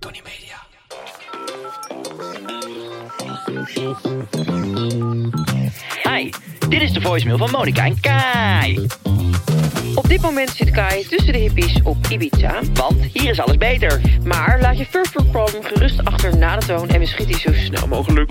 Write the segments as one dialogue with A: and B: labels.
A: Tony Media.
B: Hi, dit is de voicemail van Monica en Kai.
C: Op dit moment zit Kai tussen de hippies op Ibiza.
B: Want hier is alles beter.
C: Maar laat je Furfur Problem gerust achter na de toon en beschiet die zo snel mogelijk.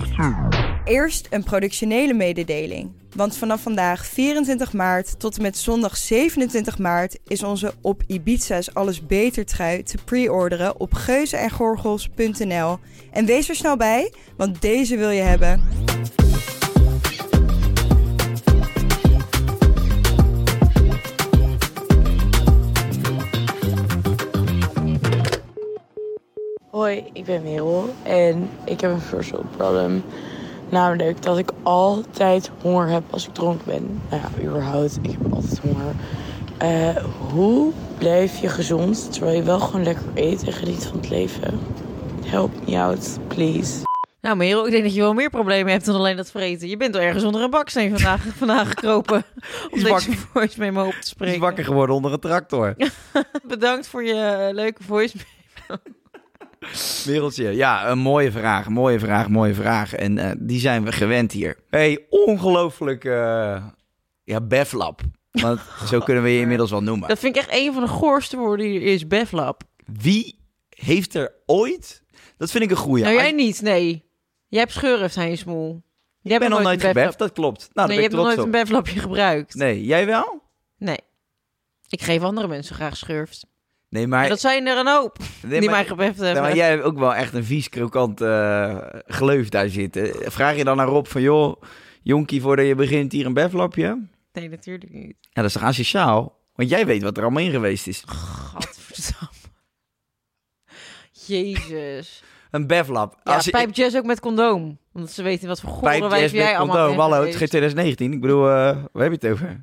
D: Eerst een productionele mededeling. Want vanaf vandaag 24 maart tot en met zondag 27 maart is onze op Ibiza's Alles Beter trui te pre-orderen op geuzenengorgels.nl. En wees er snel bij, want deze wil je hebben.
E: Hoi, ik ben Merel en ik heb een first world problem. Namelijk dat ik altijd honger heb als ik dronken ben. Nou ja, überhaupt, ik heb altijd honger. Eh, hoe blijf je gezond terwijl je wel gewoon lekker eet en geniet van het leven? Help me out, please.
F: Nou, Merel, ik denk dat je wel meer problemen hebt dan alleen dat vreten. Je bent wel ergens onder een baksteen vandaag, vandaag gekropen. om deze
G: wakker.
F: voice memo op te
G: Hij is
F: spreken.
G: wakker geworden onder een tractor.
F: Bedankt voor je eh, leuke voice memo.
G: Wereldje. Ja, een mooie vraag, een mooie vraag, een mooie vraag. En eh, die zijn we gewend hier. hey, ongelooflijk... eh, ja, beflap. Want zo kunnen we je inmiddels wel noemen.
F: Dat vind ik echt een van de goorste woorden die er is, beflap.
G: Wie heeft er ooit... Dat vind ik een goeie. Ah,
F: nou, jij
G: Ik-
F: niet, nee. Jij hebt scheuren heeft hij in je smoel. Jij
G: ik ben nog nooit
F: een beflap-
G: gebeft, dat klopt. Nou,
F: nee, je
G: daar ben ik
F: hebt nog
G: trots
F: nooit
G: op.
F: een beflapje gebruikt. Nee.
G: Nee, jij wel?
F: Ik geef andere mensen graag schurft.
G: Nee, maar...
F: En dat zijn er een hoop
G: nee,
F: die
G: maar-
F: mij gebeft
G: Nee,
F: hebben.
G: maar jij hebt ook wel echt een vies krokant eh, gleuf daar zitten. Vraag je dan aan Rob van, joh, jonkie, voordat je begint hier een beflapje?
F: Nee, natuurlijk niet.
G: Ja, dat is toch asociaal? Want jij weet wat er allemaal in geweest is.
F: Gadverdamme. Jezus.
G: Een bevlap.
F: Ja,
G: Als je-
F: pijp jazz ook met condoom. Omdat ze weten wat voor gore
G: Pijp
F: wijf
G: Jazz
F: jij
G: met
F: allemaal
G: condoom.
F: bent
G: Hallo, het is geen
F: geweest.
G: 2019. Ik bedoel, eh, waar heb je het over?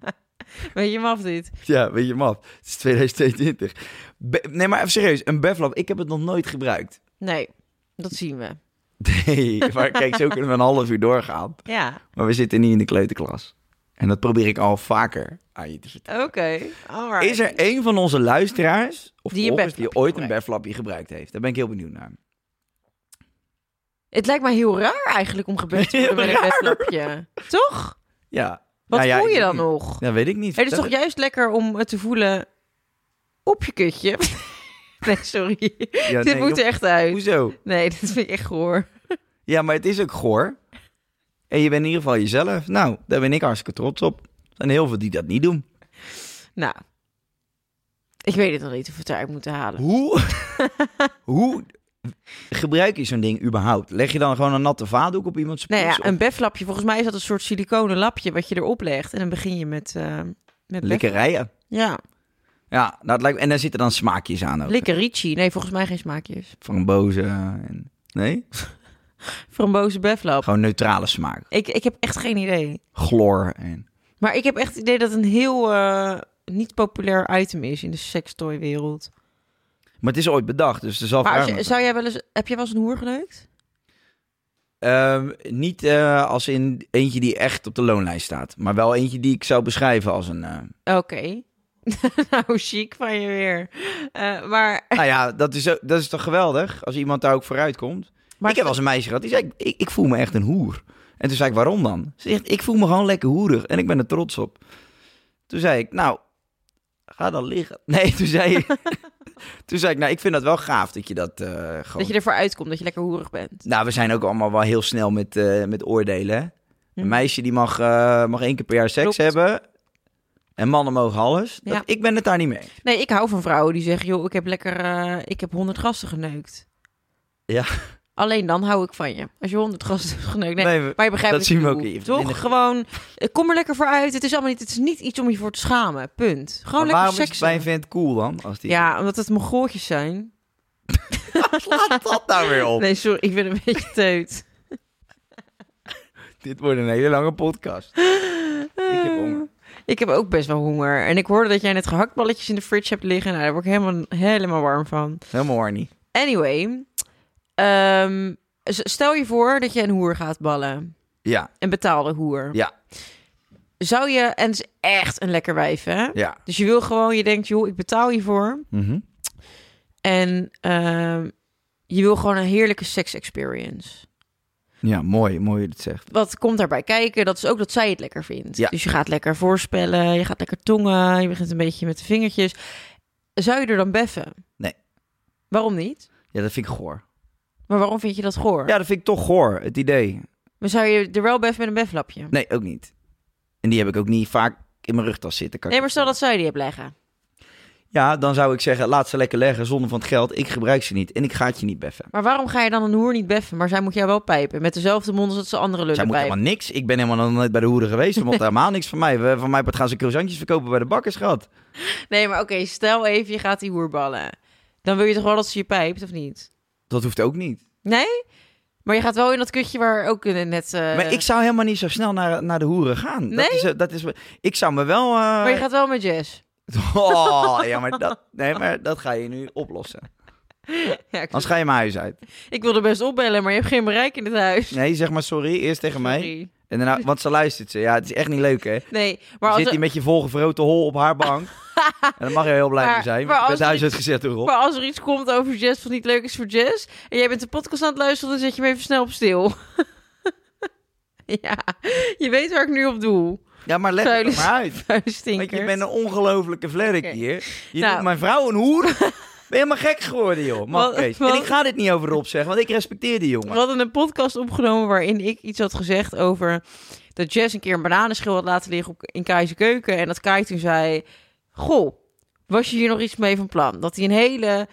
F: Weet je hem af dit?
G: ja, weet je man. Het is 2022. Be- nee, maar even serieus. Een bevlap, ik heb het nog nooit gebruikt.
F: Nee, dat zien we.
G: Nee, maar kijk, zo kunnen we een half uur doorgaan.
F: Ja,
G: Maar we zitten niet in de kleuterklas. En dat probeer ik al vaker aan je te vertellen.
F: oké. alright.
G: Is er een van onze luisteraars of
F: Die een
G: volgers die
F: beflapje
G: ooit een
F: gebruikt.
G: beflapje gebruikt heeft? Daar ben ik heel benieuwd naar.
F: Het lijkt mij heel raar eigenlijk om gebed te worden met een
G: Raar.
F: wedlapje. Toch?
G: Ja.
F: Wat
G: Nou ja,
F: voel
G: ik
F: je
G: weet
F: dan
G: niet.
F: nog?
G: Ja, weet ik niet.
F: Het is
G: Dat-
F: toch juist lekker om het te voelen op je kutje? nee, sorry.
G: Ja,
F: dit
G: nee,
F: moet er echt uit.
G: Hoezo?
F: Nee, dit vind ik echt goor.
G: Ja, maar het is ook goor. En je bent in ieder geval jezelf. Nou, daar ben ik hartstikke trots op. Er zijn heel veel die dat niet doen.
F: Nou, ik weet het nog niet of we het eruit moeten halen.
G: Hoe, hoe gebruik je zo'n ding überhaupt? Leg je dan gewoon een natte vaatdoek op iemands
F: Nou
G: poes
F: ja,
G: of
F: een beflapje. Volgens mij is dat een soort siliconen lapje wat je erop legt. En dan begin je met... eh met bef-
G: likkerijen?
F: Ja,
G: Ja, nou, het lijkt, en daar zitten dan smaakjes aan ook.
F: likkerici. Nee, volgens mij geen smaakjes.
G: Van boze en... Nee?
F: Frambozen beflap.
G: Gewoon neutrale smaak.
F: Ik, ik heb echt geen idee.
G: Chloor en...
F: Maar ik heb echt het idee dat het een heel eh, niet populair item is in de sextoy-wereld.
G: Maar het is ooit bedacht, dus er zal
F: Maar als
G: vraag
F: je-
G: naar
F: zou jij wel eens... Heb je wel eens een hoer geneukt?
G: Ehm, niet eh, als in eentje die echt op de loonlijst staat. Maar wel eentje die ik zou beschrijven als een... eh,
F: Oké. nou, chic van je weer. Eh, maar...
G: Nou ja, dat is, ook- dat is toch geweldig als iemand daar ook vooruit komt.
F: maar
G: ik heb wel eens een meisje gehad die zei: ik, ik voel me echt een hoer. En toen zei ik: Waarom dan? Ze zegt: Ik voel me gewoon lekker hoerig en ik ben er trots op. Toen zei ik: Nou, ga dan liggen. Nee, toen zei ik: Toen zei ik, nou, ik vind dat wel gaaf dat je dat eh, gewoon.
F: Dat je ervoor uitkomt, dat je lekker hoerig bent.
G: Nou, we zijn ook allemaal wel heel snel met, eh, met oordelen. hè. Een meisje die mag, eh, mag één keer per jaar seks
F: Hm. Klopt.
G: hebben. En mannen mogen alles. Dat-
F: Ja.
G: ik ben het daar niet mee. eens.
F: Nee, ik hou van vrouwen die zeggen, joh, ik heb lekker, eh, ik heb honderd gasten geneukt.
G: Ja.
F: Alleen dan hou ik van je. Als je honderd gasten hebt geneukt. Nee,
G: Nee, we-
F: maar je begrijpt wat
G: dat zien
F: ik
G: we ook
F: bedoel,
G: in je
F: Toch?
G: vriendinnen-
F: Gewoon, eh, kom er lekker voor uit. Het is allemaal niet, het is niet iets om je voor te schamen. Punt. Gewoon
G: Maar
F: lekker
G: waarom is het
F: seks.
G: bij een vent cool dan? Als die...
F: Ja, omdat het mongooltjes zijn.
G: Laat dat nou weer op.
F: Nee, sorry, ik ben een beetje teut.
G: Dit wordt een hele lange podcast. ik heb honger.
F: Eh, Ik heb ook best wel honger. En ik hoorde dat jij net gehaktballetjes in de fridge hebt liggen. Nou, daar word ik helemaal, helemaal warm van.
G: Helemaal horny.
F: Anyway, ehm, s- stel je voor dat je een hoer gaat ballen.
G: Ja,
F: Een betaalde hoer.
G: ja,
F: Zou je, en het is echt een lekker wijf, hè?
G: ja.
F: Dus je wil gewoon, je denkt, joh, ik betaal hiervoor.
G: Mhm.
F: En ehm, Je wil gewoon een heerlijke seks experience.
G: Ja, mooi, mooi je dit zegt.
F: Wat komt daarbij kijken? Dat is ook dat zij het lekker vindt.
G: Ja.
F: Dus je gaat lekker voorspellen, je gaat lekker tongen, je begint een beetje met de vingertjes. Zou je er dan beffen?
G: Nee.
F: Waarom niet?
G: Ja, dat vind ik goor.
F: Maar waarom vind je dat goor?
G: Ja, dat vind ik toch goor, het idee.
F: Maar zou je er wel beffen met een befflapje?
G: Nee, ook niet. En die heb ik ook niet vaak in mijn rugtas zitten. Kan ik
F: Nee, maar stel dat zij die hebt leggen.
G: Ja, dan zou ik zeggen, laat ze lekker leggen zonder van het geld. Ik gebruik ze niet en ik ga het je niet beffen.
F: Maar waarom ga je dan een hoer niet beffen? Maar zij moet jou wel pijpen. Met dezelfde mond als dat ze andere
G: Zij
F: lullen
G: moet
F: pijpen.
G: helemaal niks. Ik ben helemaal nog nooit bij de hoeren geweest. Ze mochten helemaal niks van mij. We- Van mij part gaan ze croissantjes verkopen bij de bakkersgat.
F: Nee, maar oké, stel even je gaat die hoer ballen. Dan wil je toch wel dat ze je pijpt, of niet?
G: Dat hoeft ook niet.
F: Nee? Maar je gaat wel in dat kutje waar ook eh, net... eh,
G: Maar ik zou helemaal niet zo snel naar, naar de hoeren gaan.
F: Nee?
G: Dat is, eh, dat is, ik zou me wel... eh,
F: Maar je gaat wel met Jess.
G: Oh, ja, maar dat, nee, maar dat ga je nu oplossen.
F: Ja, ik,
G: Anders ga je mijn huis uit.
F: ik wilde best opbellen, maar je hebt geen bereik in het huis.
G: Nee, zeg maar sorry. Eerst tegen mij.
F: Sorry.
G: En daarna, want ze luistert ze. Ja, het is echt niet leuk, hè?
F: Nee, maar
G: Maar
F: als,
G: zit hij met je volgevroten hol op haar bank. en daar mag je heel blij
F: Maar-
G: mee zijn.
F: maar
G: Maar
F: als
G: het huis
F: je-
G: uitgezet door Rob.
F: maar als er iets komt over Jess wat niet leuk is voor Jess... en jij bent de podcast aan het luisteren, dan zet je hem even snel op stil. ja, je weet waar ik nu op doe.
G: Ja, maar leg het
F: Vuile-
G: er maar uit. Want
F: Stinker.
G: je bent een ongelofelijke vlerk
F: Oké.
G: hier. Je
F: Nou.
G: noemt mijn vrouw een hoer. ben je helemaal gek geworden, joh. Mag
F: Wat-
G: Kees.
F: wat-
G: En ik ga dit niet over Rob zeggen, want ik respecteer die jongen.
F: We hadden een podcast opgenomen waarin ik iets had gezegd over dat Jess een keer een bananenschil had laten liggen op, in Kai's keuken. En dat Kai toen zei: Goh, was je hier nog iets mee van plan? Dat hij een hele,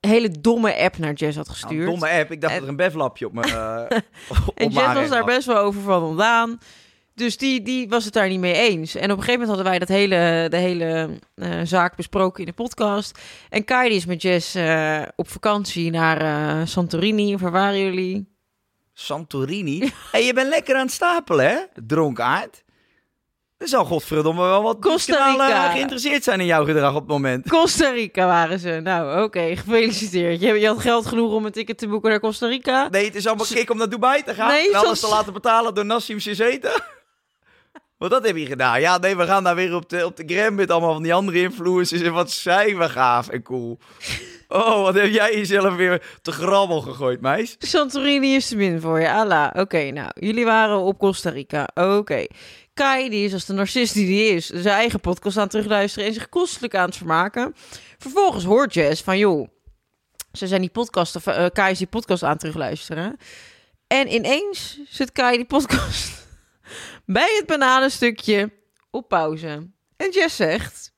F: hele domme app naar Jess had
G: Nou, een
F: gestuurd.
G: domme app. Ik dacht
F: En-
G: dat er een beflapje op me. eh, op
F: en
G: mijn
F: Jess was
G: arm
F: daar
G: lag.
F: best wel over van ontdaan. Dus die, die was het daar niet mee eens. En op een gegeven moment hadden wij dat hele, de hele eh, zaak besproken in de podcast. En Kai die is met Jess eh, op vakantie naar eh, Santorini. Of waar waren jullie?
G: Santorini. hey, je bent lekker aan het stapelen, hè? Dronkaard. Er zal godverdomme wel wat
F: Costa Rica.
G: kanalen geïnteresseerd zijn in jouw gedrag op het moment.
F: Costa Rica waren ze. Nou, oké, gefeliciteerd. Je, je had geld genoeg om een ticket te boeken naar Costa Rica.
G: Nee, het is allemaal kick om naar Dubai te gaan.
F: Nee,
G: en alles
F: soms-
G: te laten betalen door Nassim Zeta. Want dat heb je gedaan. Ja, nee, we gaan daar weer op de, op de gram met allemaal van die andere influencers. En wat zijn we gaaf en cool. Oh, wat heb jij jezelf weer te grabbel gegooid, meis.
F: Santorini is te min voor je. Ala. Oké, nou, jullie waren op Costa Rica. Oké. Kai, die is als de narcist die die is, zijn eigen podcast aan het terugluisteren en zich kostelijk aan het vermaken. Vervolgens hoort Jess van, joh, ze zijn die podcast, of, eh, Kai is die podcast aan het terugluisteren. En ineens zet Kai die podcast bij het bananenstukje op pauze. En Jess zegt,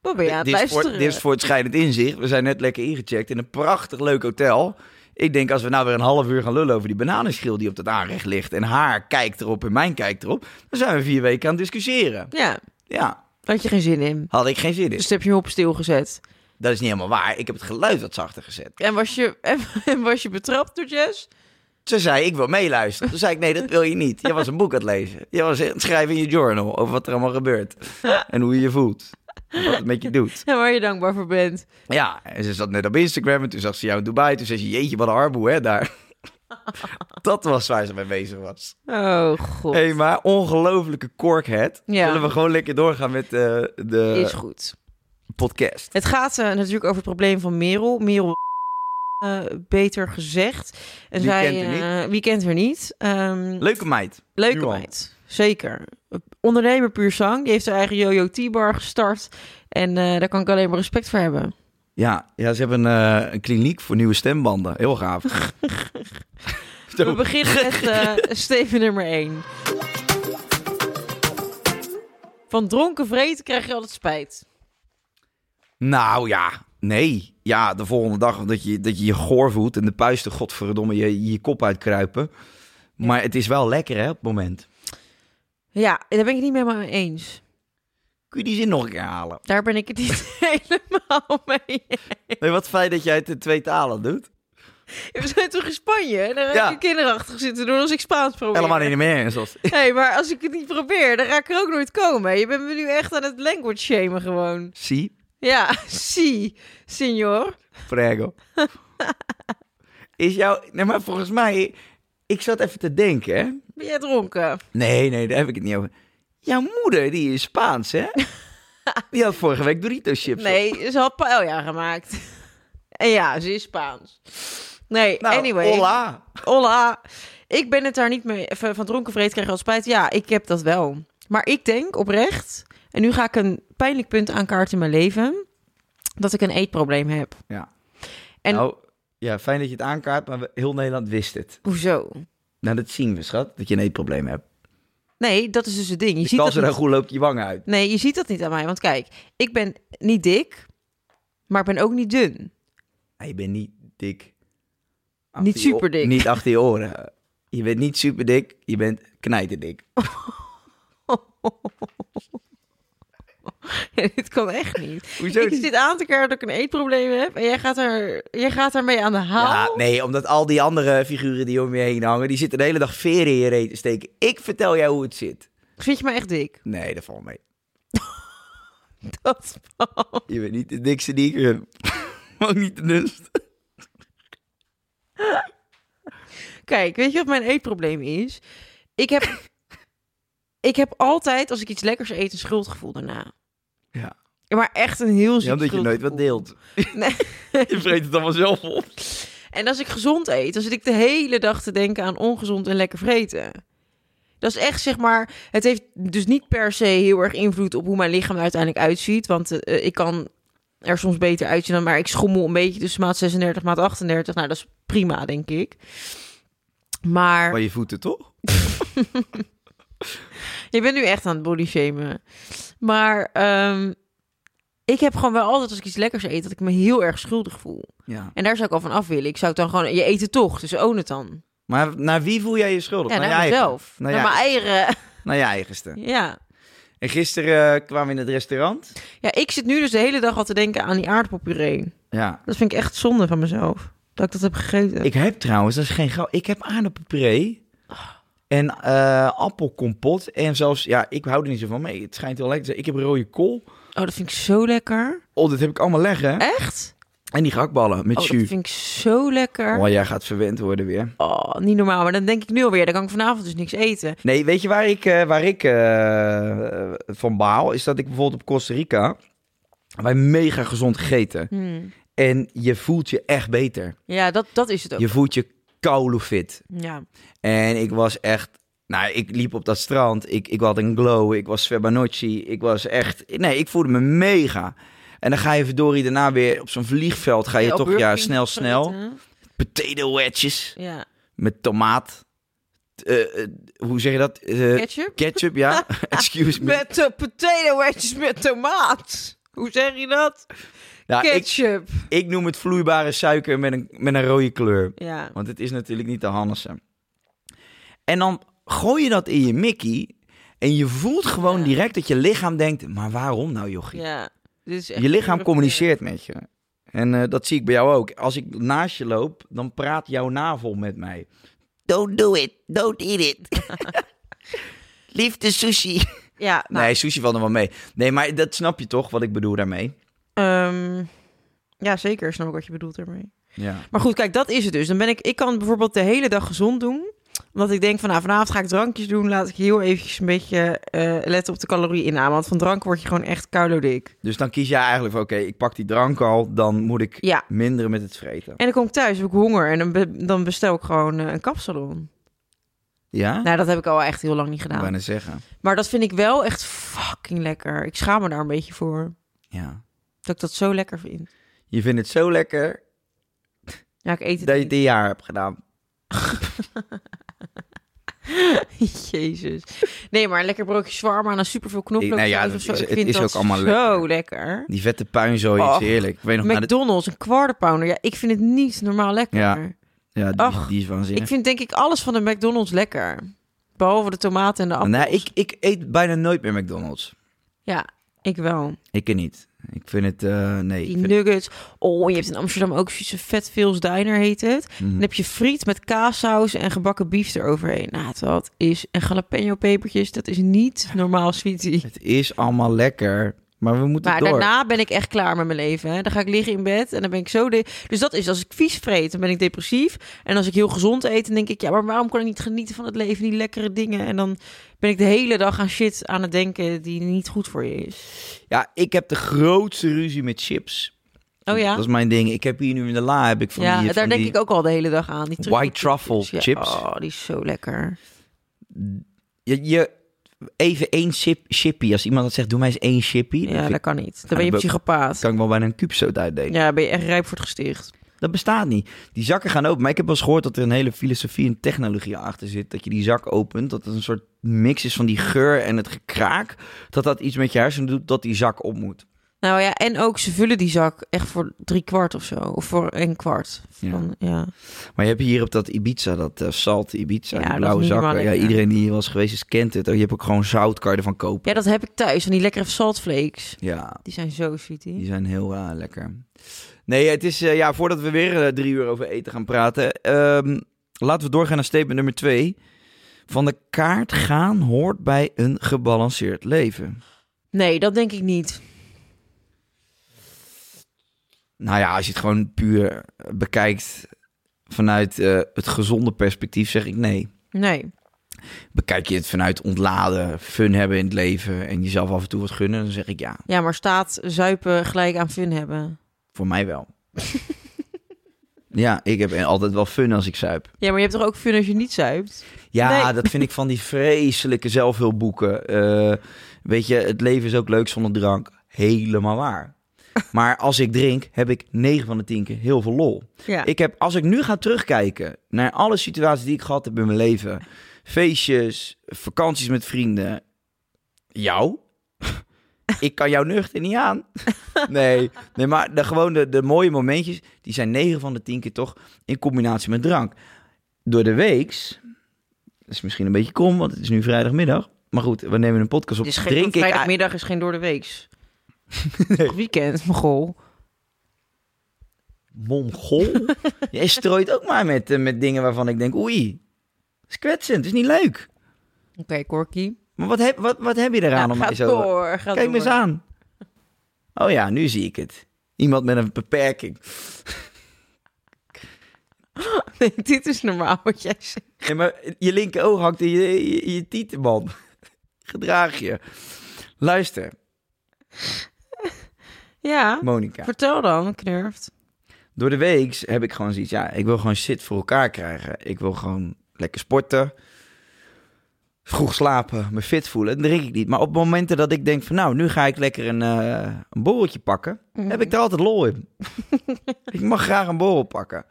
F: wat ben je aan het
G: dit, is voor,
F: luisteren?
G: dit is voor het scheidend inzicht. We zijn net lekker ingecheckt in een prachtig leuk hotel. Ik denk als we nou weer een half uur gaan lullen over die bananenschil die op dat aanrecht ligt. En haar kijkt erop en mijn kijkt erop. Dan zijn we vier weken aan het discussiëren.
F: Ja,
G: Ja,
F: daar had je geen zin in.
G: had ik geen zin in.
F: Dus heb je hem op stil gezet.
G: Dat is niet helemaal waar. Ik heb het geluid wat zachter gezet.
F: En was je, en, en was je betrapt door Jess?
G: Ze zei, ik wil meeluisteren. Toen zei ik, nee, dat wil je niet. Je was een boek aan het lezen. Je was aan het schrijven in je journal over wat er allemaal gebeurt. En hoe je je voelt. En wat het met je doet.
F: En waar je dankbaar voor bent.
G: Ja, en ze zat net op Instagram en toen zag ze jou in Dubai. Toen zei ze, jeetje, wat een armoe, hè, daar. dat was waar ze mee bezig was.
F: Oh, god.
G: Hé, hey, maar ongelofelijke korkhead.
F: Ja.
G: Zullen we gewoon lekker doorgaan met eh,
F: Is
G: de
F: goed.
G: podcast?
F: Het gaat eh, natuurlijk over het probleem van Merel. Merel, eh, beter gezegd. En
G: Wie
F: zij,
G: kent haar
F: eh, wie kent haar niet? Ehm,
G: Leuke meid.
F: leuke
G: nu al.
F: meid. Zeker. Ondernemer puur zang. Die heeft haar eigen Jojo T-bar gestart. En eh, daar kan ik alleen maar respect voor hebben.
G: Ja, ja ze hebben een, eh, een kliniek voor nieuwe stembanden. Heel gaaf. Zo.
F: We beginnen met eh steven nummer 1. Van dronken vreten krijg je altijd spijt.
G: Nou ja, nee. Ja, de volgende dag dat je dat je, je goor voelt en de puisten, godverdomme, je, je kop uitkruipen. Maar het is wel lekker hè, op het moment.
F: Ja, daar ben ik het niet helemaal mee eens.
G: Kun je die zin nog een keer halen?
F: Daar ben ik het niet helemaal mee eens.
G: Nee, wat fijn dat jij het in twee talen doet.
F: We zijn toch in Spanje? En daar
G: Ja.
F: heb ik kinderachtig zitten doen als ik Spaans probeer.
G: Helemaal niet meer eens. als-
F: Hey, maar als ik het niet probeer, dan ga ik er ook nooit komen. Je bent me nu echt aan het language shamen gewoon.
G: Zie,
F: Ja, zie, senor.
G: prego. Is jouw... Nee, maar volgens mij... Ik zat even te denken, hè.
F: Ben jij dronken?
G: Nee, nee, daar heb ik het niet over. Jouw moeder, die is Spaans, hè? Die had vorige week Doritos chips op.
F: Nee, ze had paella oh gemaakt. En ja, ze is Spaans. Nee,
G: Nou,
F: anyway.
G: Hola.
F: Hola. Ik ben het daar niet mee. Even van dronken vreed krijgen wel spijt. Ja, ik heb dat wel. Maar ik denk oprecht. En nu ga ik een pijnlijk punt aankaarten in mijn leven. Dat ik een eetprobleem heb.
G: Ja.
F: En
G: Nou, ja, fijn dat je het aankaart, maar we- heel Nederland wist het.
F: hoezo?
G: Nou, dat zien we, schat, dat je een eetprobleem hebt.
F: Nee, dat is dus het ding. Je
G: Je
F: ziet dat
G: er
F: niet-
G: een goed loopt je wangen uit.
F: Nee, je ziet dat niet aan mij. Want kijk, ik ben niet dik, maar ik ben ook niet dun.
G: Maar je bent niet dik.
F: Niet
G: Achter je o-
F: superdik.
G: Niet achter je oren. Je bent niet superdik, je bent knijterdik.
F: Dit kan echt niet.
G: Hoezo
F: Ik
G: niet?
F: zit aan te kaarten dat ik een eetprobleem heb en jij gaat, er, jij gaat daarmee aan de haal.
G: Ja, nee, omdat al die andere figuren die om je heen hangen, die zitten de hele dag veren in je reet te steken. Ik vertel jou hoe het zit.
F: Vind je me echt dik?
G: Nee, dat valt mee.
F: Dat
G: Je bent niet de dikste die ik ben. Ook niet de dunste.
F: Kijk, weet je wat mijn eetprobleem is? Ik heb, ik heb altijd, als ik iets lekkers eet, een schuldgevoel daarna.
G: Ja.
F: Maar echt een heel ziek
G: Ja, omdat je nooit wat
F: schuldgevoel.
G: deelt.
F: Nee.
G: Je vreet het allemaal zelf op.
F: En als ik gezond eet, dan zit ik de hele dag te denken aan ongezond en lekker vreten. Dat is echt zeg maar. Het heeft dus niet per se heel erg invloed op hoe mijn lichaam er uiteindelijk uitziet. Want eh, ik kan er soms beter uitzien dan. Maar ik schommel een beetje tussen maat 36 maat 38. Nou, dat is prima, denk ik. Maar
G: Maar je voeten toch?
F: je bent nu echt aan het body shamen. Maar ehm, ik heb gewoon wel altijd als ik iets lekkers eet, dat ik me heel erg schuldig voel.
G: Ja.
F: En daar zou ik al van af willen. Ik zou het dan gewoon. Je eet het toch, dus own het dan.
G: Maar naar wie voel jij je schuldig?
F: Ja,
G: naar je
F: naar
G: eigen- Nou
F: mezelf.
G: Naar,
F: Naar
G: je,
F: mijn eieren.
G: naar je eigenste.
F: Ja.
G: En gisteren eh, kwamen we in het restaurant.
F: ja, ik zit nu dus de hele dag al te denken aan die aardappelpuree.
G: Ja.
F: Dat vind ik echt zonde van mezelf. Dat ik dat heb gegeten.
G: Ik heb trouwens, dat is geen grauw. Ik heb aardappelpuree en eh, appelkompot. En zelfs, ja, ik hou er niet zo van mee. Het schijnt wel lekker te zijn. Ik heb rode kool.
F: Oh, dat vind ik zo lekker.
G: Oh, dat heb ik allemaal leggen.
F: Echt?
G: En die gehaktballen met
F: Oh, dat
G: jus.
F: vind ik zo lekker.
G: Oh, jij gaat verwend worden weer.
F: Oh, niet normaal. Maar dan denk ik nu alweer, dan kan ik vanavond dus niks eten.
G: Nee, weet je waar ik, eh, waar ik eh, eh, van baal? Is dat ik bijvoorbeeld op Costa Rica... Wij mega gezond gegeten.
F: Hmm.
G: En je voelt je echt beter.
F: Ja, dat, dat is het ook.
G: Je voelt je koude fit.
F: Ja.
G: En ik was echt... Nou, ik liep op dat strand. Ik, ik had een glow. Ik was Svebanocci. Ik was echt... Nee, ik voelde me mega. En dan ga je verdorie daarna weer op zo'n vliegveld. Ga je
F: Ja, op
G: toch
F: Burger
G: ja,
F: King
G: snel, snel.
F: vreten.
G: Potato wedges.
F: Ja.
G: met tomaat. eh, eh, hoe zeg je dat? Eh,
F: Ketchup?
G: ketchup, ja. Excuse me.
F: Met de potato wedges met tomaat. Hoe zeg je dat?
G: Ja, Ah, ik,
F: Ketchup.
G: ik noem het vloeibare suiker met een, met een rode kleur.
F: Ja.
G: Want het is natuurlijk niet te hannissen. En dan gooi je dat in je mickey. En je voelt gewoon
F: Ja.
G: direct dat je lichaam denkt... Maar waarom nou, jochie?
F: Ja. Dit is echt
G: je lichaam
F: pure
G: communiceert met je. En eh, dat zie ik bij jou ook. Als ik naast je loop, dan praat jouw navel met mij. Don't do it. Don't eat it. Liefde sushi.
F: puree. Ja, nou,
G: Nee, sushi valt er wel mee. Nee, maar dat snap je toch, wat ik bedoel daarmee?
F: Ehm, ja, zeker. Snap ik wat je bedoelt ermee.
G: Ja.
F: Maar goed, kijk, dat is het dus. Dan ben ik, ik kan bijvoorbeeld de hele dag gezond doen. Omdat ik denk van, nou, vanavond ga ik drankjes doen. Laat ik heel eventjes een beetje eh, letten op de calorieinname. Want van drank word je gewoon echt dik.
G: Dus dan kies jij eigenlijk van, oké, ik pak die drank al, dan moet ik
F: Ja.
G: minderen met het vreten.
F: En dan kom ik thuis, heb ik honger. En dan, be- dan bestel ik gewoon eh, een kapsalon.
G: Ja?
F: Nou, dat heb ik al echt heel lang niet
G: Ik
F: gedaan.
G: Ah. bijna zeggen.
F: Maar dat vind ik wel echt fucking lekker. Ik schaam me daar een beetje voor.
G: Ja.
F: Dat ik dat zo lekker vind.
G: Je vindt het zo lekker
F: Ja, ik eet het
G: dat
F: niet.
G: je het een jaar hebt gedaan.
F: Jezus. Nee, maar een lekker broodje zwaar, en dan super veel knoflook.
G: Nee, ja,
F: saus of
G: dat
F: zo.
G: is-
F: Ik
G: het
F: vind
G: is
F: dat
G: ook allemaal
F: zo
G: lekker.
F: lekker.
G: Die vette puinzooi
F: Och.
G: is heerlijk. Ik weet nog, maar dat-
F: McDonald's, een quarter pounder. Ja, ik vind het niet normaal lekker.
G: Ja, ja, die,
F: Ach.
G: die is waanzinnig.
F: Ik vind denk ik alles van de McDonald's lekker. Behalve de tomaten en de appels.
G: Nee, Nou, ik, ik eet bijna nooit meer McDonald's.
F: Ja, ik wel.
G: Ik ken niet. Ik vind het, eh, nee. ik
F: Die
G: vind-
F: nuggets. Oh, je hebt in Amsterdam ook zo'n vet Veels Diner heet het.
G: Mm.
F: Dan heb je friet met kaassaus en gebakken bief eroverheen. Nou, dat is... En jalapeno pepertjes, dat is niet normaal sweetie.
G: Het is allemaal lekker, maar we moeten
F: Maar
G: door.
F: daarna ben ik echt klaar met mijn leven. Hè. Dan ga ik liggen in bed en dan ben ik zo... De... Dus dat is, als ik vies vreet, dan ben ik depressief. En als ik heel gezond eet, dan denk ik... Ja, maar waarom kan ik niet genieten van het leven, die lekkere dingen? En dan ben ik de hele dag aan shit aan het denken die niet goed voor je is.
G: Ja, ik heb de grootste ruzie met chips.
F: Oh ja?
G: Dat is mijn ding. Ik heb hier nu in de la, heb ik van
F: ja,
G: die...
F: daar
G: van
F: denk
G: die-
F: ik ook al de hele dag aan. Die
G: White
F: truffel
G: truffle chips.
F: Ja, oh, die is zo lekker.
G: Je, je- even één chip, chippy. Als iemand dat zegt, doe mij eens één chippy.
F: Ja,
G: dan vind
F: dat
G: ik-
F: kan niet. Dan
G: dat
F: ben je
G: be-
F: psychopaat.
G: kan ik wel bijna een kuubsoot uitdelen.
F: Ja, ben je echt rijp voor het gesticht.
G: Dat bestaat niet. Die zakken gaan open. Maar ik heb wel eens gehoord dat er een hele filosofie en technologie achter zit. Dat je die zak opent, dat het een soort mix is van die geur en het gekraak. Dat dat iets met je hersenen doet, dat die zak op moet.
F: Nou ja, en ook ze vullen die zak echt voor drie kwart of zo. Of voor een kwart.
G: Ja.
F: Van, ja.
G: Maar je hebt hier op dat Ibiza, dat eh salt Ibiza,
F: Ja,
G: die
F: dat
G: blauwe
F: is niet
G: zakken.
F: normaal
G: Ja,
F: lekker.
G: iedereen die hier was geweest is, kent het. Oh, Je hebt ook gewoon zout, kan je ervan kopen.
F: ja, dat heb ik thuis. En die lekkere saltflakes.
G: Ja,
F: Die zijn zo sweetie.
G: die zijn heel eh, lekker. Nee, het is, eh, ja, voordat we weer eh, drie uur over eten gaan praten. ehm, laten we doorgaan naar statement nummer twee. Van de kaart gaan hoort bij een gebalanceerd leven.
F: Nee, dat denk ik niet.
G: Nou ja, als je het gewoon puur bekijkt vanuit eh, het gezonde perspectief, zeg ik nee.
F: Nee.
G: Bekijk je het vanuit ontladen, fun hebben in het leven en jezelf af en toe wat gunnen, dan zeg ik ja,
F: Ja, maar staat zuipen gelijk aan fun hebben.
G: voor mij wel. ja, ik heb altijd wel fun als ik zuip.
F: Ja, maar je hebt toch ook fun als je niet zuipt?
G: Ja,
F: Nee.
G: dat vind ik van die vreselijke zelfhulpboeken. Eh, weet je, het leven is ook leuk zonder drank. Helemaal waar. Maar als ik drink, heb ik 9 van de 10 keer heel veel lol.
F: Ja.
G: Ik heb, als ik nu ga terugkijken naar alle situaties die ik gehad heb in mijn leven. Feestjes, vakanties met vrienden. Jou? ik kan jou nuchter niet aan. nee, nee, maar de, gewoon de, de mooie momentjes, die zijn 9 van de 10 keer toch in combinatie met drank. Door de weeks, dat is misschien een beetje kom, want het is nu vrijdagmiddag. Maar goed, we nemen een podcast op.
F: Dus geen,
G: drink ik eigenlijk-
F: vrijdagmiddag is geen door de weeks. Of Weekend, mogol.
G: Mongol? Jij strooit ook maar met, eh, met dingen waarvan ik denk, oei, dat is kwetsend, dat is niet leuk.
F: Oké, Corky.
G: Maar wat heb, wat, wat heb je eraan
F: Nou,
G: om mij
F: ga
G: zo...
F: door, ga
G: Kijk me eens
F: door.
G: aan. Oh ja, nu zie ik het. Iemand met een beperking.
F: Nee, dit is normaal wat jij zegt.
G: Nee, maar je linker oog hangt in je, je, je tieten, man. Gedraag je. Luister,
F: Ja,
G: Monika.
F: vertel dan, knurft.
G: Door de weeks heb ik gewoon zoiets. Ja, ik wil gewoon shit voor elkaar krijgen. Ik wil gewoon lekker sporten. Vroeg slapen, me fit voelen. Dat drink ik niet. Maar op momenten dat ik denk van nou, nu ga ik lekker een, eh, een borreltje pakken. Heb ik er altijd lol in. ik mag graag een borrel pakken.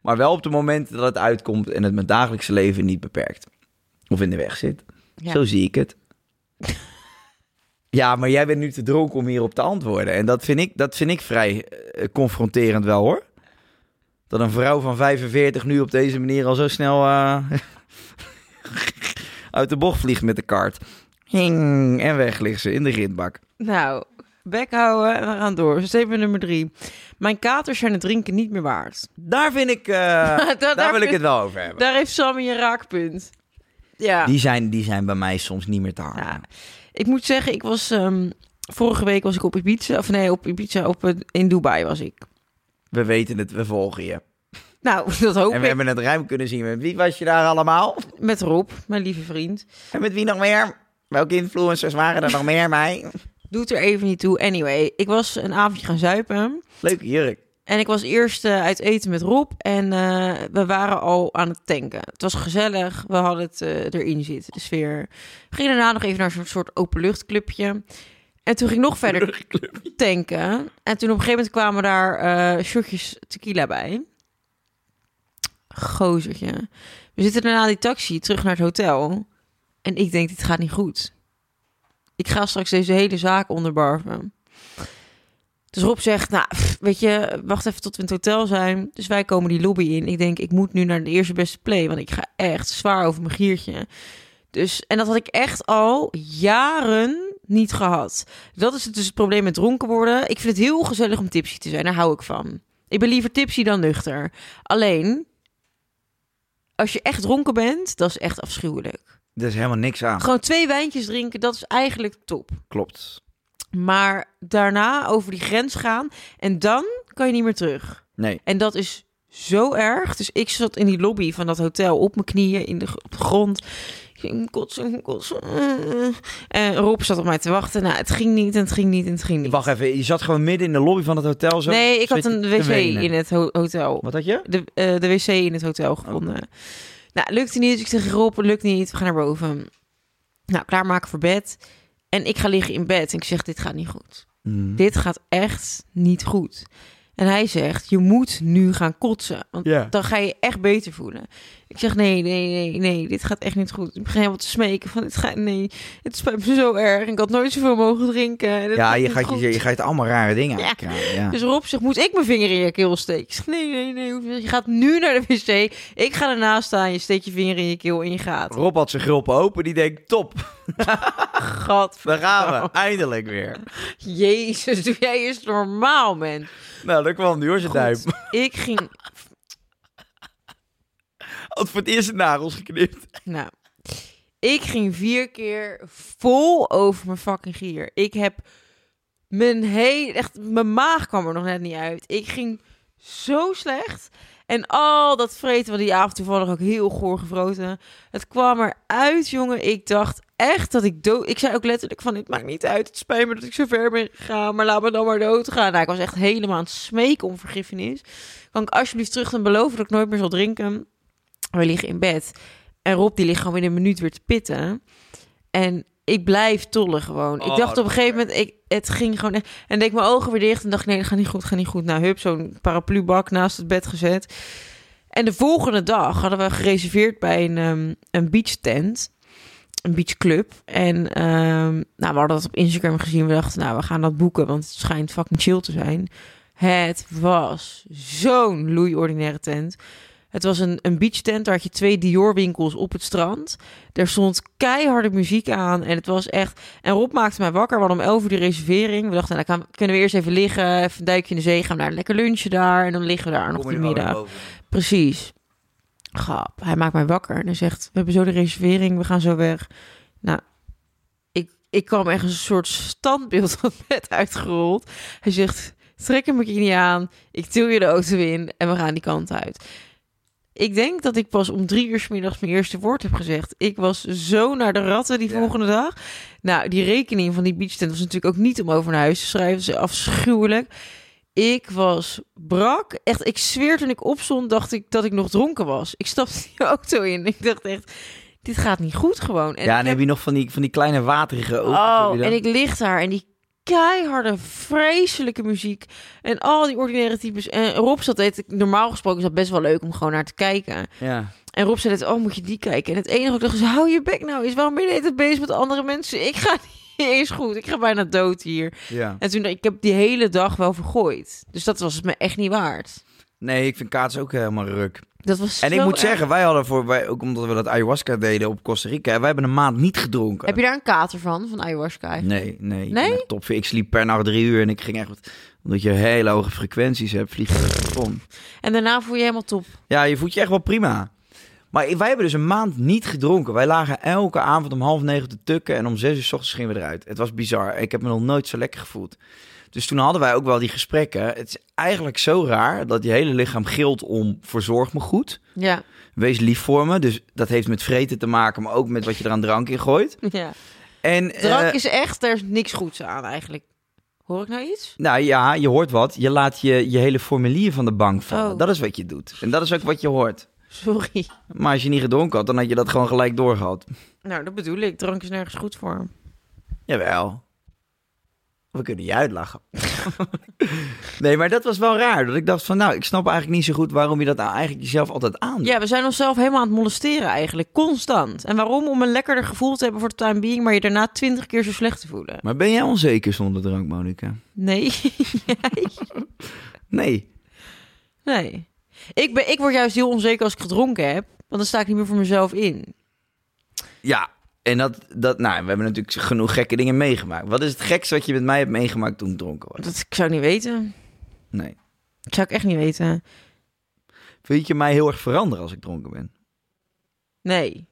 G: Maar wel op de momenten dat het uitkomt en het mijn dagelijkse leven niet beperkt. Of in de weg zit.
F: Ja.
G: Zo zie ik het. ja, maar jij bent nu te dronken om hierop te antwoorden. En dat vind ik, dat vind ik vrij eh, confronterend wel hoor. Dat een vrouw van 45 nu op deze manier al zo snel eh, uit de bocht vliegt met de kaart. Hing, en weg ligt ze in de ritbak.
F: Nou, bek houden en we gaan door. Statement nummer drie. Mijn katers zijn het drinken niet meer waard.
G: Daar vind ik, eh, daar,
F: daar
G: wil ik
F: vind-
G: het wel over hebben.
F: Daar heeft Sammy een raakpunt. Ja.
G: Die zijn, die zijn bij mij soms niet meer te harden.
F: ja. Ik moet zeggen, ik was... ehm, vorige week was ik op Ibiza. Of nee, op Ibiza. Op, het- in Dubai was ik.
G: We weten het, we volgen je.
F: Nou, dat hoop
G: En we
F: ik.
G: hebben het ruim kunnen zien. Met wie was je daar allemaal?
F: Met Rob, mijn lieve vriend.
G: En met wie nog meer? Welke influencers waren er nog meer bij?
F: Doet er even niet toe. Anyway, ik was een avondje gaan zuipen.
G: Leuke jurk.
F: En ik was eerst eh, uit eten met Rob. En eh, we waren al aan het tanken. Het was gezellig. We hadden het eh, erin zitten, de sfeer. We gingen daarna nog even naar zo'n soort openluchtclubje. En toen ging ik nog verder tanken. En toen op een gegeven moment kwamen daar eh shotjes tequila bij. Gozertje. We zitten daarna in die taxi terug naar het hotel. En ik denk, dit gaat niet goed. Ik ga straks deze hele zaak onderbarven. Dus Rob zegt, nou, pff, weet je, wacht even tot we in het hotel zijn. Dus wij komen die lobby in. Ik denk, ik moet nu naar de eerste beste play, want ik ga echt zwaar over mijn giertje. Dus, en dat had ik echt al jaren niet gehad. Dat is het dus het probleem met dronken worden. Ik vind het heel gezellig om tipsy te zijn, daar hou ik van. Ik ben liever tipsy dan nuchter. Alleen, als je echt dronken bent, dat is echt afschuwelijk.
G: Er is helemaal niks aan.
F: Gewoon twee wijntjes drinken, dat is eigenlijk top.
G: Klopt.
F: Maar daarna over die grens gaan en dan kan je niet meer terug.
G: Nee.
F: En dat is zo erg. Dus ik zat in die lobby van dat hotel op mijn knieën in de, gr- op de grond. Ik ging kotsen, ik ging kotsen. En Rob zat op mij te wachten. Nou, het ging niet en het ging niet en het ging niet.
G: Wacht even, je zat gewoon midden in de lobby van het hotel. Zo
F: nee, ik had
G: zit je
F: een
G: te
F: wc
G: wenen.
F: in het ho- hotel
G: Wat Oh. had je?
F: de, eh, de wc in het hotel gevonden. Nou, lukte niet. Dus ik zeg Rob, lukt niet. We gaan naar boven. Nou, klaarmaken voor bed. En ik ga liggen in bed. En ik zeg, dit gaat niet goed.
G: Hmm. Hm.
F: Dit gaat echt niet goed. En hij zegt, je moet nu gaan kotsen. Want
G: Ja.
F: dan ga je echt beter voelen. Ik zeg, nee, nee, nee, nee. Dit gaat echt niet goed. Ik begin helemaal te smeken. Van, dit gaat, nee, het spijt me zo erg. Ik had nooit zoveel mogen drinken. En het
G: Ja,
F: gaat
G: je
F: niet
G: gaat, je,
F: goed.
G: je gaat allemaal rare dingen
F: Ja.
G: aankrijgen. Ja.
F: Dus Rob zegt, moet ik mijn vinger in je keel steken? Ik zeg, nee, nee, nee. hoeft niet. Je gaat nu naar de wc. Ik ga ernaast staan. Je steekt je vinger in je keel en je gaat.
G: Rob had zijn gulpen open. Die denkt, top,
F: Gadver.
G: daar gaan
F: Nou.
G: we. Eindelijk weer.
F: Jezus, doe jij eens normaal, man.
G: Nou, daar kwam die hoor, zijn duim.
F: Goed, ik ging...
G: Had voor het eerst de nagels geknipt.
F: Nou, ik ging vier keer vol over mijn fucking gier. Ik heb mijn hele... Echt, mijn maag kwam er nog net niet uit. Ik ging zo slecht. En al dat vreten, want die avond toevallig ook heel goor gevroten. Het kwam eruit, jongen. Ik dacht echt dat ik dood... Ik zei ook letterlijk van, het maakt niet uit. Het spijt me dat ik zo ver ben gegaan, maar laat me dan maar doodgaan. Nou, ik was echt helemaal aan het smeken om vergiffenis. Kan ik alsjeblieft terug en beloven dat ik nooit meer zal drinken? We liggen in bed. En Rob die ligt gewoon binnen een minuut weer te pitten. En ik blijf tollen gewoon.
G: Oh,
F: ik dacht op een gegeven moment, ik, het ging gewoon echt... En deed ik mijn ogen weer dicht en dacht, nee, dat gaat niet goed, gaat niet goed. Nou, hup, zo'n paraplubak naast het bed gezet. En de volgende dag hadden we gereserveerd bij een, ehm een beach tent. Een beachclub. En ehm, nou, we hadden dat op Instagram gezien. We dachten, nou, we gaan dat boeken, want het schijnt fucking chill te zijn. Het was zo'n loei-ordinaire tent. Het was een, een beach tent. Daar had je twee Dior-winkels op het strand. Er stond keiharde muziek aan. En het was echt... En Rob maakte mij wakker. We hadden om 11 uur de reservering. We dachten, nou, dan gaan- kunnen we eerst even liggen. Even een duikje in de zee. Gaan we naar een lekker lunchje daar. En dan liggen we daar nog de
G: nou
F: middag. Precies. Grap. Hij maakt mij wakker en hij zegt: We hebben zo de reservering, we gaan zo weg. Nou, ik, ik kwam echt een soort standbeeld van bed uitgerold. Hij zegt: Trek hem bikini aan, ik til je de auto in en we gaan die kant uit. Ik denk dat ik pas om drie uur 's middags mijn eerste woord heb gezegd. Ik was zo naar de ratten die
G: Ja.
F: volgende dag. Nou, die rekening van die beachtent was natuurlijk ook niet om over naar huis te schrijven. Ze afschuwelijk. Ik was brak. Echt, ik zweer toen ik opstond, dacht ik dat ik nog dronken was. Ik stapte die auto in. Ik dacht echt, dit gaat niet goed gewoon. En
G: Ja, en
F: ik
G: dan heb je nog van die, van die kleine waterige ogen.
F: Oh,
G: heb je dan.
F: en ik lig daar en die keiharde, vreselijke muziek en al die ordinaire types. En Rob zat, deed, normaal gesproken is dat best wel leuk om gewoon naar te kijken.
G: Ja.
F: En Rob zei het, oh, moet je die kijken? En het enige wat ik dacht is, hou je bek nou eens. Waarom ben je de hele tijd bezig met andere mensen? Ik ga niet eens goed. Ik ga bijna dood hier.
G: ja.
F: En toen, ik heb die hele dag wel vergooid. Dus dat was het me echt niet waard.
G: Nee, ik vind kaats ook helemaal ruk.
F: Dat was
G: En ik
F: zo
G: moet
F: erg.
G: zeggen, wij hadden voor, wij, ook omdat we dat ayahuasca deden op Costa Rica, wij hebben een maand niet gedronken.
F: Heb je daar een kater van, van ayahuasca eigenlijk?
G: Nee, nee. ik
F: Nee?
G: ben echt Top. Ik sliep per nacht drie uur en ik ging echt... met- Omdat je hele hoge frequenties hebt, vliegen door het plafond.
F: En daarna voel je je helemaal top.
G: Ja, je voelt je echt wel prima. Maar wij hebben dus een maand niet gedronken. Wij lagen elke avond om half negen te tukken en om zes uur 's ochtends gingen we eruit. Het was bizar. Ik heb me nog nooit zo lekker gevoeld. Dus toen hadden wij ook wel die gesprekken. Het is eigenlijk zo raar dat je hele lichaam gilt om verzorg me goed.
F: Ja,
G: Wees lief voor me. Dus dat heeft met vreten te maken, maar ook met wat je er aan drank in gooit.
F: ja.
G: En, eh,
F: Drank is echt, daar is niks goeds aan eigenlijk. Hoor ik nou iets?
G: Nou ja, je hoort wat. Je laat je, je hele formulier van de bank vallen.
F: Oh.
G: Dat is wat je doet. En dat is ook wat je hoort.
F: Sorry.
G: Maar als je niet gedronken had, dan had je dat gewoon gelijk doorgehad.
F: Nou, dat bedoel ik. Drank is nergens goed voor.
G: Jawel. We kunnen je uitlachen. nee, maar dat was wel raar. Dat ik dacht van, nou, ik snap eigenlijk niet zo goed waarom je dat nou eigenlijk jezelf altijd aandoet.
F: Ja, we zijn onszelf helemaal aan het molesteren eigenlijk. Constant. En waarom? Om een lekkerder gevoel te hebben voor de time being, maar je daarna twintig keer zo slecht te voelen.
G: Maar ben jij onzeker zonder drank, Monica?
F: Nee.
G: Nee.
F: nee. Ik, ben, ik word juist heel onzeker als ik gedronken heb, want dan sta ik niet meer voor mezelf in.
G: Ja. En dat, dat, nou, we hebben natuurlijk genoeg gekke dingen meegemaakt. Wat is het gekste wat je met mij hebt meegemaakt toen ik dronken was?
F: Dat ik zou niet weten.
G: Nee.
F: Dat zou ik echt niet weten.
G: Vind je mij heel erg veranderen als ik dronken ben?
F: Nee.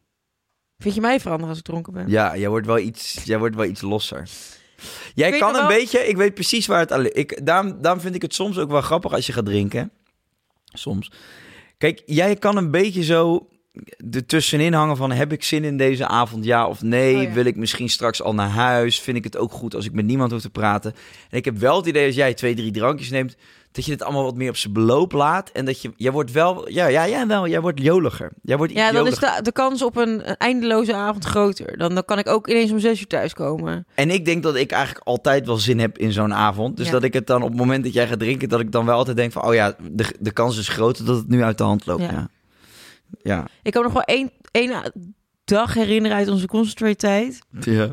F: Vind je mij veranderen als ik dronken ben?
G: Ja, jij wordt wel iets, jij wordt wel iets losser. Jij
F: weet
G: kan
F: nog
G: een
F: wel-
G: beetje, ik weet precies waar het aan ligt. Ik, daarom, daarom vind ik het soms ook wel grappig als je gaat drinken. Soms. Kijk, jij kan een beetje zo ertussenin hangen van... heb ik zin in deze avond, ja of nee?
F: Oh ja.
G: Wil ik misschien straks al naar huis? Vind ik het ook goed als ik met niemand hoef te praten? En ik heb wel het idee als jij twee, drie drankjes neemt... dat je dit allemaal wat meer op zijn beloop laat. En dat je... Jij wordt wel... Ja, ja jij wel. Jij wordt joliger. Jij wordt iets
F: Ja, dan is
G: joliger.
F: de, de kans op een, een eindeloze avond groter. Dan, dan kan ik ook ineens om zes uur thuiskomen.
G: En ik denk dat ik eigenlijk altijd wel zin heb in zo'n avond. Dus
F: Ja.
G: dat ik het dan op het moment dat jij gaat drinken... dat ik dan wel altijd denk van... oh ja, de, de kans is groter dat het nu uit de hand loopt.
F: Ja.
G: Ja. Ja.
F: Ik kan me nog wel één, één dag herinneren uit onze concentrate tijd.
G: ja.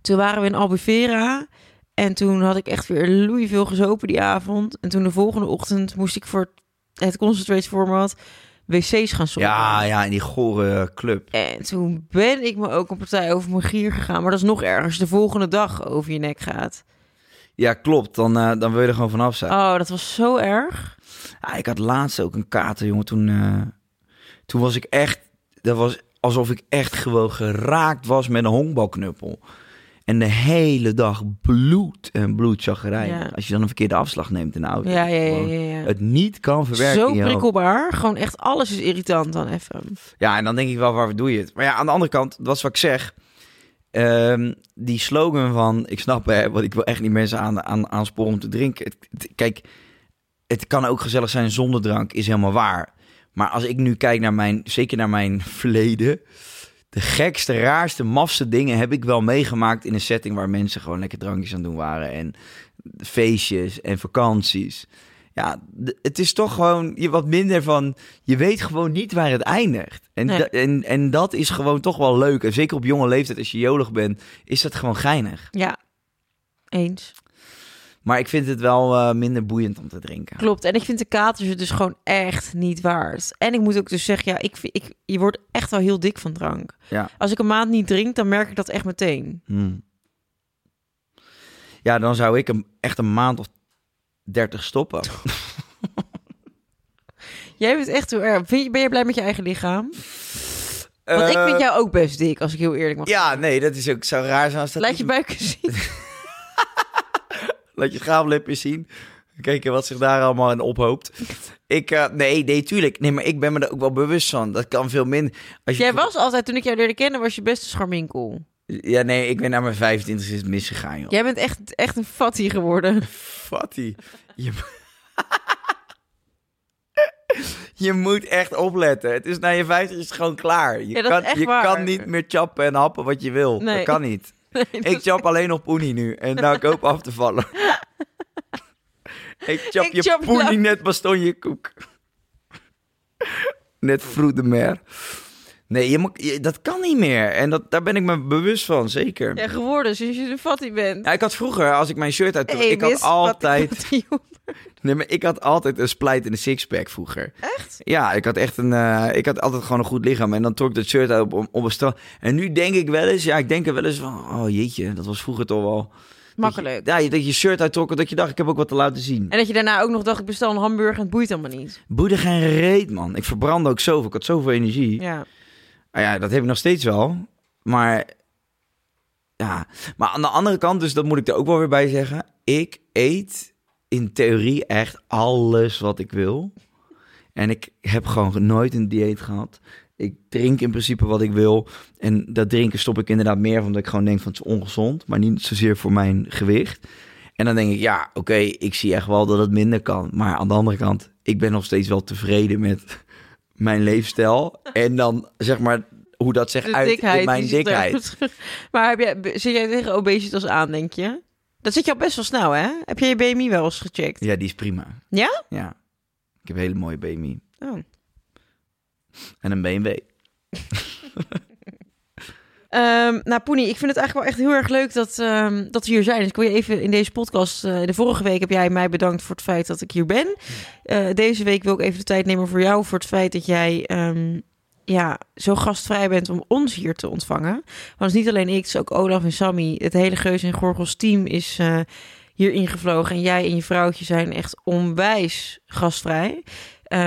F: Toen waren we in Albufeira. En toen had ik echt weer Louis veel gezopen die avond. En toen de volgende ochtend moest ik voor het concentrate format wc's gaan zoeken.
G: Ja, ja, in die gore club.
F: En toen ben ik me ook een partij over mijn gier gegaan. Maar dat is nog erger als je de volgende dag over je nek gaat.
G: Ja, klopt. Dan, eh, dan wil je er gewoon vanaf zijn.
F: Oh, dat was zo erg.
G: Ah, ik had laatst ook een kater, jongen. Toen, eh, toen was ik echt... Dat was alsof ik echt gewoon geraakt was met een honkbalknuppel. En de hele dag bloed en bloedchagrijn.
F: Ja.
G: Als je dan een verkeerde afslag neemt in de auto.
F: Ja, ja, ja.
G: Gewoon
F: ja, ja.
G: Het niet kan verwerken
F: Zo
G: in je hoofd.
F: prikkelbaar. Gewoon echt alles is irritant dan even.
G: Ja, en dan denk ik wel, waar doe je het? Maar ja, aan de andere kant, dat is wat ik zeg. Ehm, die slogan van, ik snap hè, want ik wil echt niet mensen aan, aan, aansporen om te drinken. Het- het- kijk, het kan ook gezellig zijn zonder drank, is helemaal waar. Maar als ik nu kijk naar mijn, zeker naar mijn verleden... De gekste, raarste, mafste dingen heb ik wel meegemaakt in een setting waar mensen gewoon lekker drankjes aan het doen waren. En feestjes en vakanties. Ja, d- het is toch gewoon je wat minder van. Je weet gewoon niet waar het eindigt. En,
F: Nee.
G: da- en, en dat is gewoon toch wel leuk. En zeker op jonge leeftijd, als je jolig bent, is dat gewoon geinig.
F: Ja, eens.
G: Maar ik vind het wel eh, minder boeiend om te drinken.
F: Klopt. En ik vind de katers het dus gewoon echt niet waard. En ik moet ook dus zeggen, ja, ik, vind- ik, je wordt echt wel heel dik van drank.
G: Ja.
F: Als ik een maand niet drink, dan merk ik dat echt meteen.
G: Hmm. Ja, dan zou ik hem echt een maand of 30 stoppen.
F: Jij bent echt heel erg. Vind je, ben je blij met je eigen lichaam? Want ik
G: Eh,
F: vind jou ook best dik, als ik heel eerlijk mag
G: Ja, nee, dat is ook zo raar zijn als dat.
F: Laat
G: niet-
F: je buik eens zien.
G: Laat je schaamlip eens zien. Kijken wat zich daar allemaal in ophoopt. Ik, eh, nee, nee, tuurlijk. Nee, maar ik ben me er ook wel bewust van. Dat kan veel minder. Als je
F: Jij was altijd, toen ik jou leerde kennen, was je best een scharminkel.
G: Ja, nee, ik ben naar mijn 25 is het misgegaan, joh.
F: Jij bent echt, echt een fatty geworden.
G: Fatty. Je... je moet echt opletten. Het is na je 50 is het gewoon klaar. Je,
F: Ja, dat is
G: kan,
F: echt
G: je
F: waar.
G: kan niet meer chappen en happen wat je wil.
F: Nee.
G: Dat kan niet. ik chap alleen nog poenie nu. En nou, ik hoop af te vallen. ik chap
F: Ik
G: je
F: chap
G: poenie
F: jou.
G: net baston je koek. net vroeg de mer. Nee, je moet, je- dat kan niet meer. En dat, daar ben ik me bewust van, zeker.
F: Ja, geworden sinds je een fatty bent.
G: Ja, ik had vroeger, als ik mijn shirt uit...
F: Hey,
G: ik had
F: miss, wat-
G: altijd...
F: wat-
G: Nee, maar ik had altijd een splijt en een sixpack vroeger.
F: Echt?
G: Ja, ik had echt een... eh, ik had altijd gewoon een goed lichaam. En dan trok ik dat shirt uit op, op, op een strand. En nu denk ik wel eens... Ja, ik denk er wel eens van... Oh jeetje, dat was vroeger toch wel...
F: Makkelijk.
G: Dat je, ja, dat je shirt uittrok en dat je dacht... Ik heb ook wat te laten zien.
F: En dat je daarna ook nog dacht, ik bestel een hamburger en het boeit allemaal niet.
G: Boede geen reet, man. Ik verbrandde ook zoveel. Ik had zoveel energie.
F: Ja.
G: Nou ja, dat heb ik nog steeds wel. Maar ja, maar aan de andere kant, dus dat moet ik er ook wel weer bij zeggen. Ik eet in theorie echt alles wat ik wil. En ik heb gewoon nooit een dieet gehad. Ik drink in principe wat ik wil. En dat drinken stop ik inderdaad meer van omdat ik gewoon denk van het is ongezond. Maar niet zozeer voor mijn gewicht. En dan denk ik, ja, oké, ik zie echt wel dat het minder kan. Maar aan de andere kant, ik ben nog steeds wel tevreden met mijn leefstijl. En dan zeg maar hoe dat zich
F: De
G: uit
F: dikheid.
G: in mijn
F: die zit er
G: dikheid.
F: goed- Maar heb jij, zit jij tegen obesitas aan, denk je? Dat zit je al best wel snel, hè? Heb je je BMI wel eens gecheckt?
G: Ja, die is prima.
F: Ja?
G: Ja. Ik heb een hele mooie BMI.
F: Oh.
G: En een BMW.
F: Ehm, nou, Poenie, ik vind het eigenlijk wel echt heel erg leuk dat, ehm, dat we hier zijn. Dus ik wil je even in deze podcast... eh, de vorige week heb jij mij bedankt voor het feit dat ik hier ben. Eh, deze week wil ik even de tijd nemen voor jou... voor het feit dat jij ehm, ja, zo gastvrij bent om ons hier te ontvangen. Want het is niet alleen ik, het is ook Olaf en Sammy. Het hele Geus en Gorgels team is eh hier ingevlogen. En jij en je vrouwtje zijn echt onwijs gastvrij. Eh,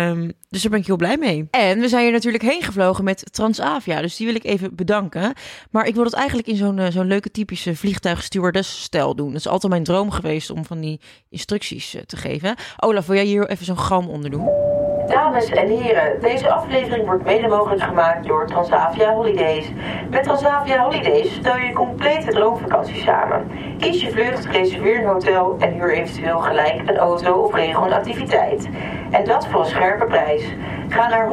F: Ehm, dus daar ben ik heel blij mee. En we zijn hier natuurlijk heen gevlogen met Transavia. Dus die wil ik even bedanken. Maar ik wil dat eigenlijk in zo'n eh, zo'n leuke typische vliegtuigstewardess-stijl doen. Dat is altijd mijn droom geweest om van die instructies eh, te geven. Olaf, wil jij hier even zo'n gram onder doen?
A: Dames en heren, deze aflevering wordt mede mogelijk gemaakt door Transavia Holidays. Met Transavia Holidays stel je een complete droomvakantie samen. Kies je vlucht, reserveer een hotel en huur eventueel gelijk een auto of regel een activiteit. En dat voor een scherpe prijs. Ga naar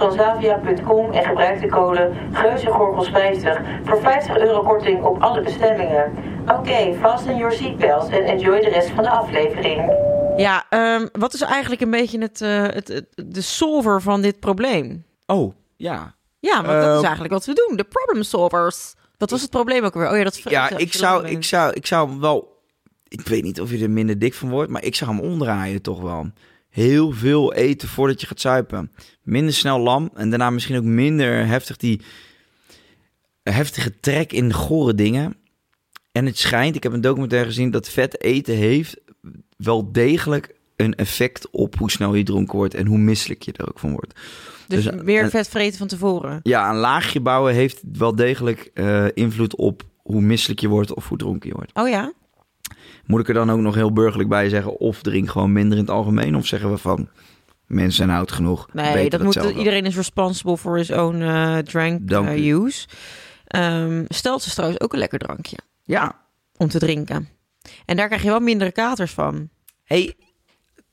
A: holidays.transavia.com en gebruik de code GEUZEGORGELS50 voor 50 euro korting op alle bestemmingen. Oké, fasten your seatbelts en enjoy de rest van de aflevering.
F: Ja, ehm, wat is eigenlijk een beetje het, eh, het, het- de solver van dit probleem?
G: Oh, ja.
F: Ja, want dat
G: Eh,
F: is eigenlijk wat we doen. De problem solvers. Wat was het probleem ook weer? Oh ja, dat vre-
G: Ja,
F: dat
G: ik zou, ik, zou, ik zou hem wel... Ik weet niet of je er minder dik van wordt, maar ik zou hem omdraaien toch wel. Heel veel eten voordat je gaat zuipen. Minder snel lam en daarna misschien ook minder heftig die... Heftige trek in gore dingen. En het schijnt, ik heb een documentaire gezien, dat vet eten heeft wel degelijk een effect op hoe snel je dronken wordt en hoe misselijk je er ook van wordt.
F: Dus,
G: dus, eh,
F: meer
G: en-
F: vet vreten van tevoren.
G: Ja, een laagje bouwen heeft wel degelijk eh, invloed op hoe misselijk je wordt of hoe dronken je wordt.
F: Oh ja?
G: Moet ik er dan ook nog heel burgerlijk bij zeggen... of drink gewoon minder in het algemeen? Of zeggen we van, mensen zijn oud genoeg.
F: Nee,
G: weten
F: dat
G: het
F: moet,
G: zelf wel.
F: iedereen is responsible for his own eh, drank
G: Dank
F: eh,
G: u.
F: use. Ehm stelt is trouwens ook een lekker drankje
G: Ja.
F: om te drinken. En daar krijg je wel mindere katers van.
G: hey,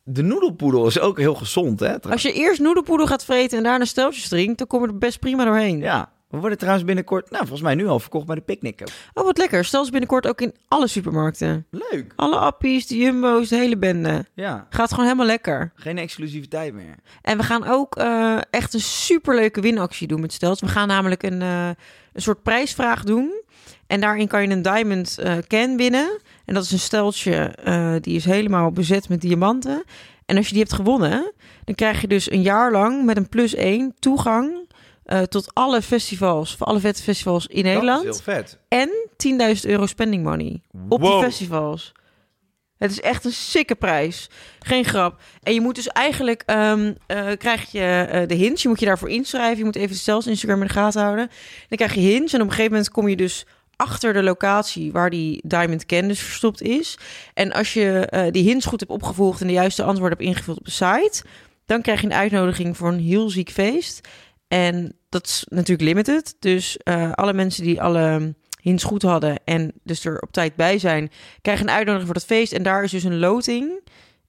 G: de noedelpoedel is ook heel gezond, hè?
F: Als je eerst noedelpoedel gaat vreten en daarna steltjes drinkt, dan kom je er best prima doorheen.
G: Ja. We worden trouwens binnenkort, nou volgens mij nu al verkocht bij de picknick. ook.
F: Oh, wat lekker. Stel is binnenkort ook in alle supermarkten.
G: Leuk.
F: Alle appies, de jumbo's, de hele bende.
G: Ja.
F: Gaat gewoon helemaal lekker.
G: Geen exclusiviteit meer.
F: En we gaan ook eh, echt een superleuke winactie doen met Stelt. We gaan namelijk een, eh, een soort prijsvraag doen. En daarin kan je een diamond eh, can winnen. En dat is een steltje eh, die is helemaal bezet met diamanten. En als je die hebt gewonnen, dan krijg je dus een jaar lang met een plus één toegang eh, tot alle festivals, voor alle vette festivals in
G: Dat is
F: Nederland.
G: heel vet.
F: En 10.000 euro spending money op die
G: Wow.
F: festivals. Het is echt een sikke prijs. Geen grap. En je moet dus eigenlijk... ehm, eh, krijg je eh, de hints. Je moet je daarvoor inschrijven. Je moet even zelfs Instagram in de gaten houden. Dan krijg je hints. En op een gegeven moment kom je dus achter de locatie... waar die Diamond Can dus verstopt is. En als je eh, die hints goed hebt opgevolgd... en de juiste antwoorden hebt ingevuld op de site... dan krijg je een uitnodiging voor een heel ziek feest. En dat is natuurlijk limited. Dus eh, alle mensen die alle hm, hints goed hadden... en dus er op tijd bij zijn krijgen een uitnodiging voor dat feest. En daar is dus een loting.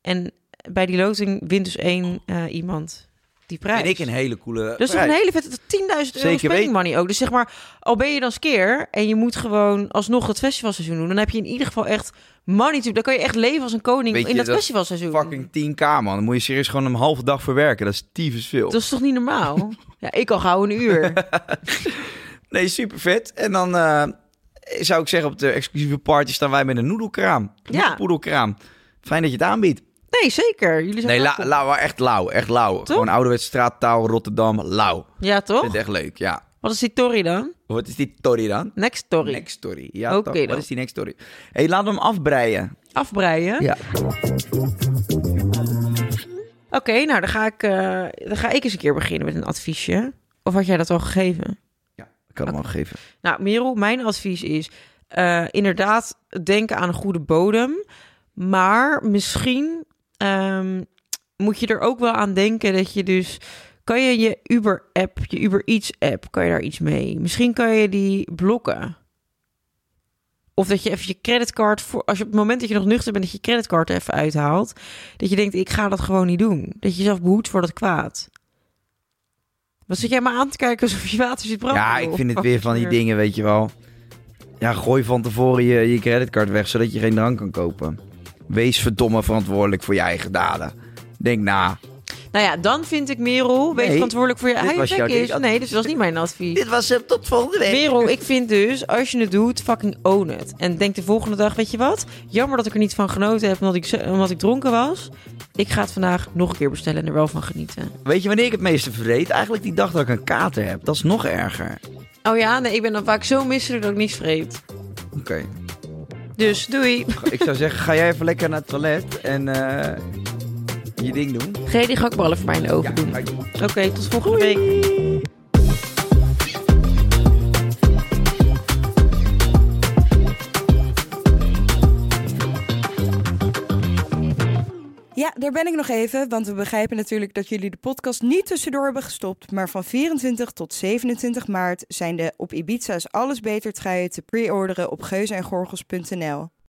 F: En bij die loting wint dus één eh, iemand die prijs.
G: En ik een hele coole
F: dus dat is
G: prijs.
F: een hele vette 10.000 euro
G: Zeker
F: spending
G: weten.
F: money ook. Dus zeg maar, al ben je dan skeer en je moet gewoon alsnog het festivalseizoen doen, dan heb je in ieder geval echt money to. Dan kan je echt leven als een koning
G: Weet
F: in
G: je,
F: dat,
G: dat
F: festivalseizoen.
G: Fucking 10k man. Dan moet je serieus gewoon een halve dag voor werken. Dat is tyfus veel.
F: Dat is toch niet normaal? ja, ik al gauw een uur.
G: Nee, super vet. En dan eh, zou ik zeggen, op de exclusieve party staan wij met een noedelkraam.
F: Ja.
G: Ja. Poedelkraam. Fijn dat je het aanbiedt.
F: Nee, zeker. Jullie zijn
G: Nee, la,
F: welkom.
G: lauw, maar echt lauw. Echt lauw. Gewoon ouderwets straattaal, Rotterdam, lauw.
F: Ja,
G: Vind
F: toch?
G: het echt leuk, ja.
F: Wat is die Tory dan?
G: Wat is die Tory dan?
F: Next Tory.
G: Next story. Ja,
F: Oké dan.
G: toch. Wat is die next story? Hé, hey, laten we hem afbreien.
F: Afbreien.
G: Ja.
F: Oké, nou dan ga, ik, eh, dan ga ik eens een keer beginnen met een adviesje. Of had jij dat al gegeven?
G: Ja, ik kan hem al geven.
F: Nou, Merel, mijn advies is eh, inderdaad denken aan een goede bodem. Maar misschien ehm, moet je er ook wel aan denken dat je dus... Kan je je Uber-app, je Uber Eats-app, kan je daar iets mee? Misschien kan je die blokken. Of dat je even je creditcard, voor, als je op het moment dat je nog nuchter bent, dat je creditcard er even uithaalt. Dat je denkt, ik ga dat gewoon niet doen. Dat je jezelf behoedt voor dat kwaad. Wat zit jij maar aan te kijken alsof je water ziet branden?
G: Ja,
F: joh?
G: ik vind het weer van die
F: Fucker.
G: dingen, weet je wel. Ja, gooi van tevoren je, je creditcard weg, zodat je geen drank kan kopen. Wees verdomme verantwoordelijk voor je eigen daden. Denk na.
F: Nou ja, dan vind ik Merel, wees
G: Nee,
F: verantwoordelijk voor je
G: dit was
F: eigen
G: jouw
F: is.
G: ding.
F: Nee, dus dat was niet mijn advies.
G: Dit was hem, tot volgende week.
F: Merel, ik vind dus, als je het doet, fucking own it. En denk de volgende dag, weet je wat? Jammer dat ik er niet van genoten heb, omdat ik, zo- omdat ik dronken was. Ik ga het vandaag nog een keer bestellen en er wel van genieten.
G: Weet je wanneer ik het meeste vreet? Eigenlijk die dag dat ik een kater heb. Dat is nog erger.
F: Oh ja, nee, ik ben dan vaak zo misselijk dat ik niets vreet.
G: Oké.
F: Dus, doei.
G: Ik zou zeggen, ga jij even lekker naar het toilet en eh, je ding doen.
C: G, die gehaktballen voor mij in de oven doen.
F: Oké, tot volgende week.
D: Ja, daar ben ik nog even, want we begrijpen natuurlijk dat jullie de podcast niet tussendoor hebben gestopt. Maar van 24 tot 27 maart zijn de op Ibiza's Alles Beter truien te pre-orderen op geuzenengorgels.nl.